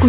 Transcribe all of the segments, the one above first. của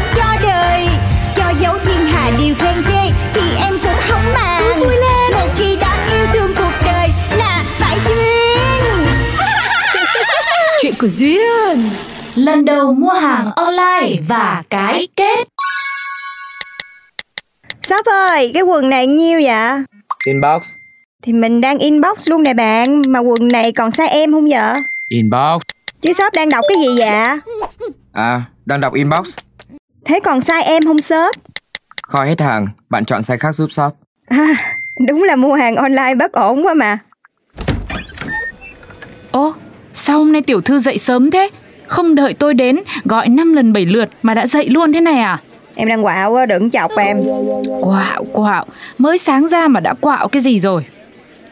cho đời Cho dấu thiên hà điều khen ghê Thì em cũng không màng vui lên. Một khi đã yêu thương cuộc đời Là phải duyên Chuyện của Duyên lần đầu mua hàng online và cái kết Shop ơi, cái quần này nhiêu vậy? Inbox, Thì mình đang inbox luôn nè bạn Mà quần này còn size em không vậy? inbox. Chứ shop đang đọc cái gì vậy? À, đang đọc inbox. Thế còn size em không shop? Kho hết hàng, bạn chọn size khác giúp shop. À, đúng là mua hàng online bất ổn quá mà Ô, sao hôm nay tiểu thư dậy sớm thế? Không đợi tôi đến, gọi 5 lần 7 lượt mà đã dậy luôn thế này à? Em đang quạo á, đừng chọc em Quạo, quạo, mới sáng ra mà đã quạo cái gì rồi?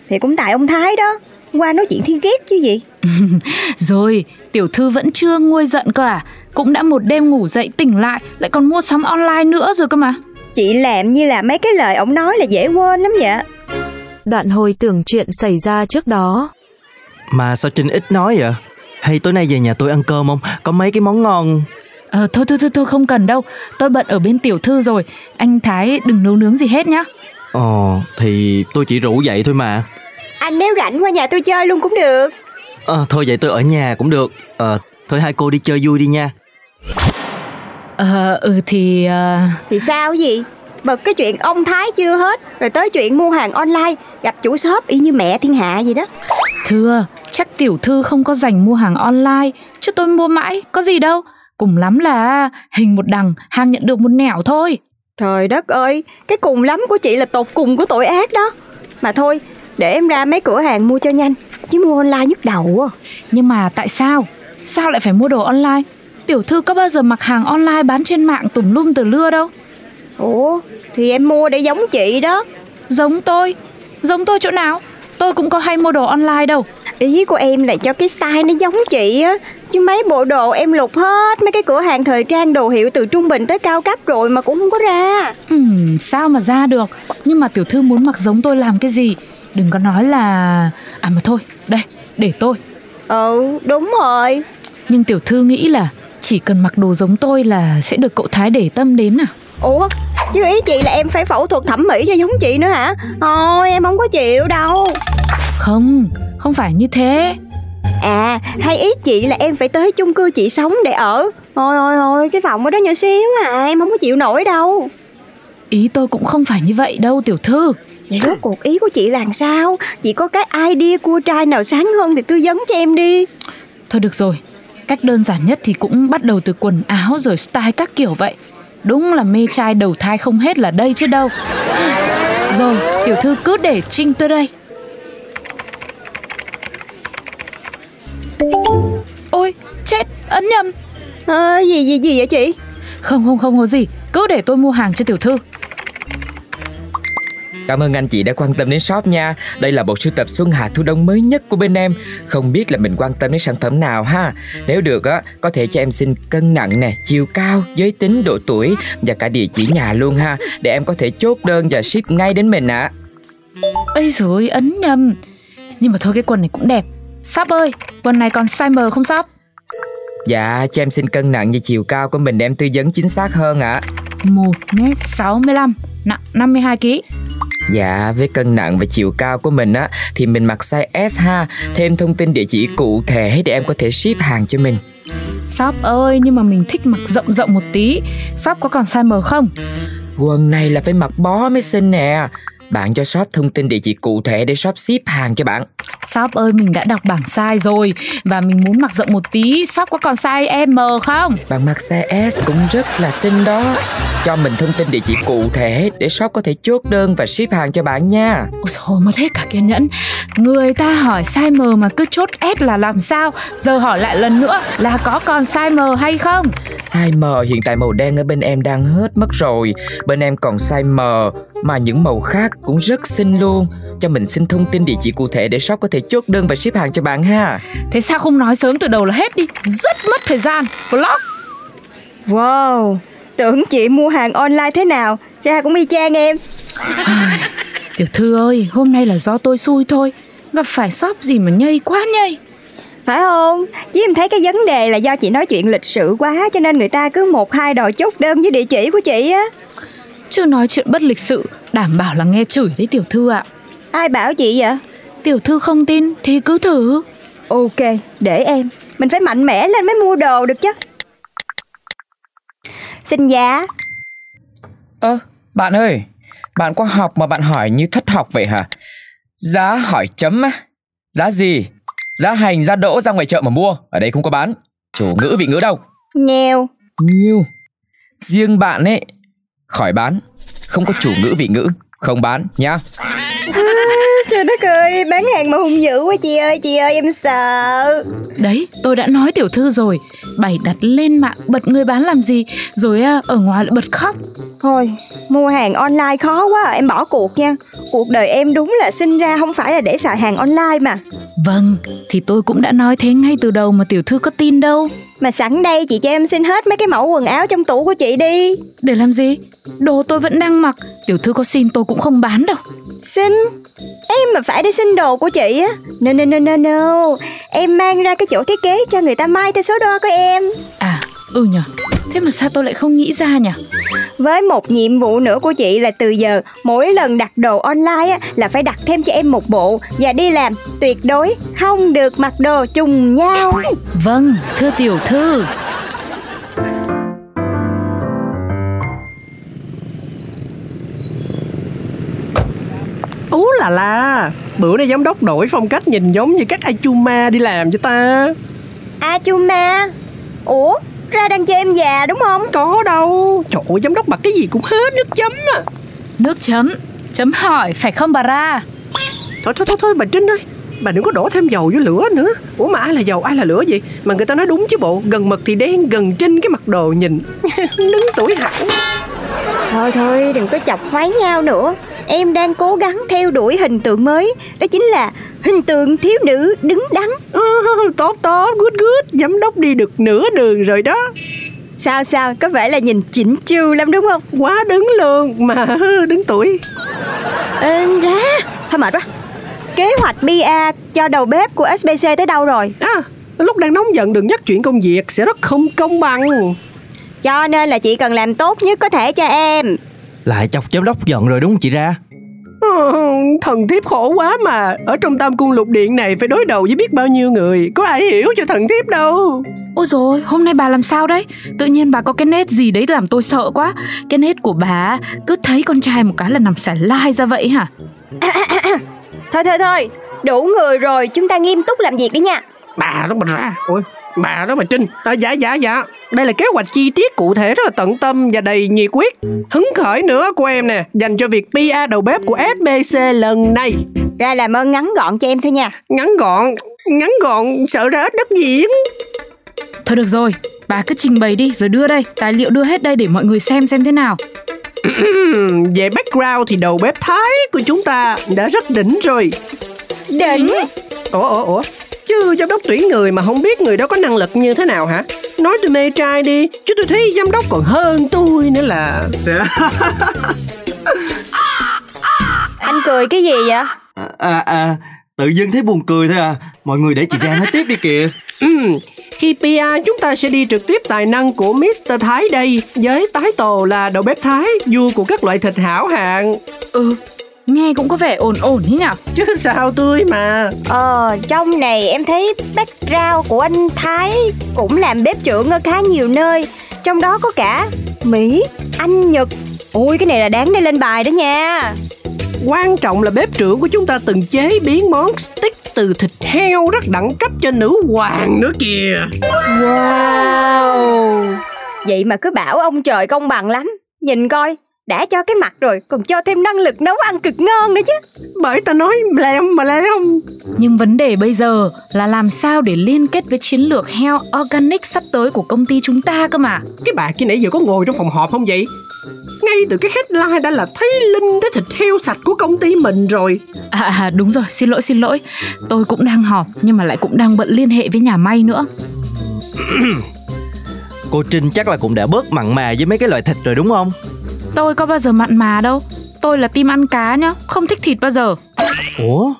Thì cũng tại ông Thái đó Qua nói chuyện thiên ghét chứ gì Rồi, tiểu thư vẫn chưa nguôi giận cơ à? Cũng đã một đêm ngủ dậy tỉnh lại, lại còn mua sắm online nữa rồi cơ mà. Chị làm như là mấy cái lời ổng nói là dễ quên lắm vậy Đoạn hồi tưởng chuyện xảy ra trước đó. Mà sao Trinh ít nói vậy? Hay tối nay về nhà tôi ăn cơm không? Có mấy cái món ngon Ờ, thôi thôi thôi thôi không cần đâu, tôi bận ở bên tiểu thư rồi. Anh Thái đừng nấu nướng gì hết nhá. Ồ, Ờ, thì tôi chỉ rủ vậy thôi mà Anh nếu rảnh qua nhà tôi chơi luôn cũng được Ờ, Thôi vậy tôi ở nhà cũng được Ờ, thôi hai cô đi chơi vui đi nha Ờ, ừ thì... ờ, Thì sao gì Bật cái chuyện ông Thái chưa hết Rồi tới chuyện mua hàng online Gặp chủ shop y như mẹ thiên hạ gì đó Thưa, chắc tiểu thư không có dành mua hàng online, chứ tôi mua mãi, có gì đâu. Cùng lắm là hình một đằng, hàng nhận được một nẻo thôi. Trời đất ơi, cái cùng lắm của chị là tột cùng của tội ác đó. Mà thôi, để em ra mấy cửa hàng mua cho nhanh, chứ mua online nhức đầu à. Nhưng mà tại sao? Sao lại phải mua đồ online? Tiểu thư có bao giờ mặc hàng online bán trên mạng tùm lum từ lưa đâu. Ủa, thì em mua để giống chị đó. Giống tôi, giống tôi chỗ nào? Tôi cũng có hay mua đồ online đâu. Ý của em là cho cái style nó giống chị á. Chứ mấy bộ đồ em lục hết mấy cái cửa hàng thời trang đồ hiệu từ trung bình tới cao cấp rồi mà cũng không có ra. Ừm, sao mà ra được? Nhưng mà tiểu thư muốn mặc giống tôi làm cái gì? Đừng có nói là... À mà thôi, đây, để tôi. Ừ, đúng rồi. Nhưng tiểu thư nghĩ là chỉ cần mặc đồ giống tôi là sẽ được cậu Thái để tâm đến à? Ủa, chứ ý chị là em phải phẫu thuật thẩm mỹ cho giống chị nữa hả? Thôi, em không có chịu đâu. Không, không phải như thế. À, hay ý chị là em phải tới chung cư chị sống để ở. Ôi ôi ôi, cái phòng ở đó nhỏ xíu à, em không có chịu nổi đâu. Ý tôi cũng không phải như vậy đâu tiểu thư. Vậy rốt cuộc ý của chị là làm sao? Chị có cái idea cua trai nào sáng hơn thì tư vấn cho em đi. Thôi được rồi, cách đơn giản nhất thì cũng bắt đầu từ quần áo rồi style các kiểu vậy. Đúng là mê trai đầu thai không hết là đây chứ đâu. Rồi, tiểu thư cứ để Trinh tôi đây. Ôi, chết, ấn nhầm. Ờ, gì gì gì vậy chị? Không không không có gì, cứ để tôi mua hàng cho tiểu thư. Cảm ơn anh chị đã quan tâm đến shop nha. Đây là bộ sưu tập Xuân Hạ Thu Đông mới nhất của bên em. Không biết là mình quan tâm đến sản phẩm nào ha. Nếu được á, có thể cho em xin cân nặng nè, chiều cao, giới tính, độ tuổi và cả địa chỉ nhà luôn ha để em có thể chốt đơn và ship ngay đến mình ạ. Ây rồi ấn nhầm Nhưng mà thôi cái quần này cũng đẹp Sắp ơi, quần này còn size M không sắp Dạ, cho em xin cân nặng và chiều cao của mình để em tư vấn chính xác hơn ạ. 1m65, nặng 52kg Dạ, với cân nặng và chiều cao của mình á thì mình mặc size S ha, thêm thông tin địa chỉ cụ thể để em có thể ship hàng cho mình. Sắp ơi, nhưng mà mình thích mặc rộng rộng một tí Sắp có còn size M không? Quần này là phải mặc bó mới xinh nè. Bạn cho shop thông tin địa chỉ cụ thể để shop ship hàng cho bạn. Sóc ơi mình đã đọc bảng size rồi Và mình muốn mặc rộng một tí Sóc có còn size M không? Bạn mặc xe S cũng rất là xinh đó Cho mình thông tin địa chỉ cụ thể Để shop có thể chốt đơn và ship hàng cho bạn nha Ôi dồi, mất hết cả kiên nhẫn Người ta hỏi size M mà cứ chốt S là làm sao Giờ hỏi lại lần nữa là có còn size M hay không Size M hiện tại màu đen ở bên em đang hết mất rồi Bên em còn size M Mà những màu khác cũng rất xinh luôn Cho mình xin thông tin địa chỉ cụ thể Để shop có thể chốt đơn và ship hàng cho bạn ha Thế sao không nói sớm từ đầu là hết đi Rất mất thời gian Vlog Wow, tưởng chị mua hàng online thế nào, ra cũng y chang em. Tiểu thư ơi hôm nay là do tôi xui thôi Gặp phải shop gì mà nhây quá nhây Phải không? Chứ em thấy cái vấn đề là do chị nói chuyện lịch sự quá cho nên người ta cứ một hai đòi chốt đơn với địa chỉ của chị á. Chứ nói chuyện bất lịch sự Đảm bảo là nghe chửi đấy tiểu thư ạ Ai bảo chị vậy? Tiểu thư không tin thì cứ thử Ok, để em. Mình phải mạnh mẽ lên mới mua đồ được chứ. Xin giá. Ơ bạn ơi Bạn có học mà bạn hỏi như thất học vậy hả Giá hỏi chấm á Giá gì Giá hành giá đỗ ra ngoài chợ mà mua Ở đây không có bán Chủ ngữ vị ngữ đâu Nghèo. Nhiêu Riêng bạn ấy Khỏi bán Không có chủ ngữ vị ngữ Không bán nhá Trời đất ơi, bán hàng mà hung dữ quá chị ơi, chị ơi em sợ. Đấy tôi đã nói tiểu thư rồi Bày đặt lên mạng bật người bán làm gì Rồi à, ở ngoài lại bật khóc Thôi, mua hàng online khó quá à, em bỏ cuộc nha. Cuộc đời em đúng là sinh ra không phải là để xài hàng online mà. Vâng thì tôi cũng đã nói thế ngay từ đầu mà tiểu thư có tin đâu Mà sẵn đây chị cho em xin hết mấy cái mẫu quần áo trong tủ của chị đi. Để làm gì Đồ tôi vẫn đang mặc Tiểu thư có xin tôi cũng không bán đâu Xin? Em mà phải đi xin đồ của chị á. No, no, no, no, no. Em mang ra cái chỗ thiết kế cho người ta may theo số đo của em. À ừ nhở Thế mà sao tôi lại không nghĩ ra nhở Với một nhiệm vụ nữa của chị là từ giờ mỗi lần đặt đồ online á, là phải đặt thêm cho em một bộ và đi làm tuyệt đối không được mặc đồ trùng nhau. Vâng thưa tiểu thư Ú là là Bữa nay giám đốc đổi phong cách nhìn giống như các Achuma đi làm cho ta Achuma, ủa ra đang cho em già đúng không? Có đâu Trời ơi giám đốc mặc cái gì cũng hết nước chấm à Nước chấm Chấm hỏi phải không bà ra Thôi thôi thôi, thôi bà Trinh ơi Bà đừng có đổ thêm dầu vô lửa nữa Ủa mà ai là dầu ai là lửa vậy Mà người ta nói đúng chứ bộ Gần mực thì đen gần Trinh cái mặt đồ nhìn Đứng tuổi hẳn Thôi thôi đừng có chọc khoái nhau nữa Em đang cố gắng theo đuổi hình tượng mới Đó chính là hình tượng thiếu nữ đứng đắn Ờ, Tốt tốt good good Giám đốc đi được nửa đường rồi đó Sao sao có vẻ là nhìn chỉnh chu lắm đúng không? Quá đứng luôn mà đứng tuổi Ê, ra Thôi mệt quá Kế hoạch BA cho đầu bếp của SBC tới đâu rồi? À lúc đang nóng giận đừng nhắc chuyện công việc Sẽ rất không công bằng Cho nên là chị cần làm tốt nhất có thể cho em Lại chọc giám đốc giận rồi đúng không chị ra Ờ, Thần thiếp khổ quá mà Ở trong tam cung lục điện này Phải đối đầu với biết bao nhiêu người Có ai hiểu cho thần thiếp đâu Ôi rồi hôm nay bà làm sao đấy Tự nhiên bà có cái nét gì đấy làm tôi sợ quá Cái nét của bà cứ thấy con trai một cái là nằm xả lai ra vậy hả Thôi thôi thôi Đủ người rồi chúng ta nghiêm túc làm việc đi nha Bà đó mà ra Ôi bà đó mà Trinh à, Dạ dạ dạ Đây là kế hoạch chi tiết cụ thể rất là tận tâm và đầy nhiệt huyết Hứng khởi nữa của em nè Dành cho việc PA đầu bếp của SBC lần này Ra làm ơn ngắn gọn cho em thôi nha Ngắn gọn Ngắn gọn sợ ra ít đất diễn Thôi được rồi Bà cứ trình bày đi rồi đưa đây Tài liệu đưa hết đây để mọi người xem xem thế nào Ừm, Về background thì đầu bếp Thái của chúng ta đã rất đỉnh rồi Đỉnh Ủa ủa ủa Chứ giám đốc tuyển người mà không biết người đó có năng lực như thế nào hả Nói tôi mê trai đi Chứ tôi thấy giám đốc còn hơn tôi nữa là Anh cười cái gì vậy? à, à, à tự dưng thấy buồn cười thôi à Mọi người để chị ra nói tiếp đi kìa Ừm, Khi PR chúng ta sẽ đi trực tiếp tài năng của Mr. Thái đây Với tái tổ là đầu bếp Thái Vua của các loại thịt hảo hạng Ừ Nghe cũng có vẻ ổn ổn thế nhở Chứ sao tươi mà Ờ, trong này em thấy background của anh Thái cũng làm bếp trưởng ở khá nhiều nơi Trong đó có cả Mỹ, Anh, Nhật Ui, cái này là đáng để lên bài đó nha Quan trọng là bếp trưởng của chúng ta từng chế biến món steak từ thịt heo rất đẳng cấp cho nữ hoàng nữa kìa Wow Vậy mà cứ bảo ông trời công bằng lắm Nhìn coi đã cho cái mặt rồi còn cho thêm năng lực nấu ăn cực ngon nữa chứ Bởi ta nói lem mà lem Nhưng vấn đề bây giờ là làm sao để liên kết với chiến lược heo organic sắp tới của công ty chúng ta cơ mà. Cái bà kia nãy giờ có ngồi trong phòng họp không vậy? Ngay từ cái headline đã là thấy linh tới thịt heo sạch của công ty mình rồi À, à đúng rồi, xin lỗi xin lỗi. Tôi cũng đang họp nhưng mà lại cũng đang bận liên hệ với nhà may nữa. Cô Trinh chắc là cũng đã bớt mặn mà với mấy cái loại thịt rồi đúng không? Tôi có bao giờ mặn mà đâu. Tôi là team ăn cá nhá, không thích thịt bao giờ. Ủa?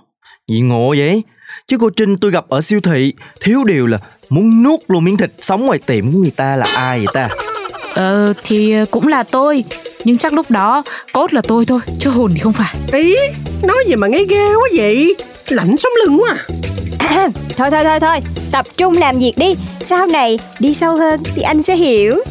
Gì ngộ vậy? Chứ cô Trinh tôi gặp ở siêu thị Thiếu điều là muốn nuốt luôn miếng thịt sống ngoài tiệm của người ta là ai vậy ta? Ờ thì cũng là tôi, nhưng chắc lúc đó cốt là tôi thôi, chứ hồn thì không phải. Ý, nói gì mà ngấy ghê quá vậy Lạnh sống lưng quá à. Thôi thôi thôi thôi Tập trung làm việc đi Sau này đi sâu hơn thì anh sẽ hiểu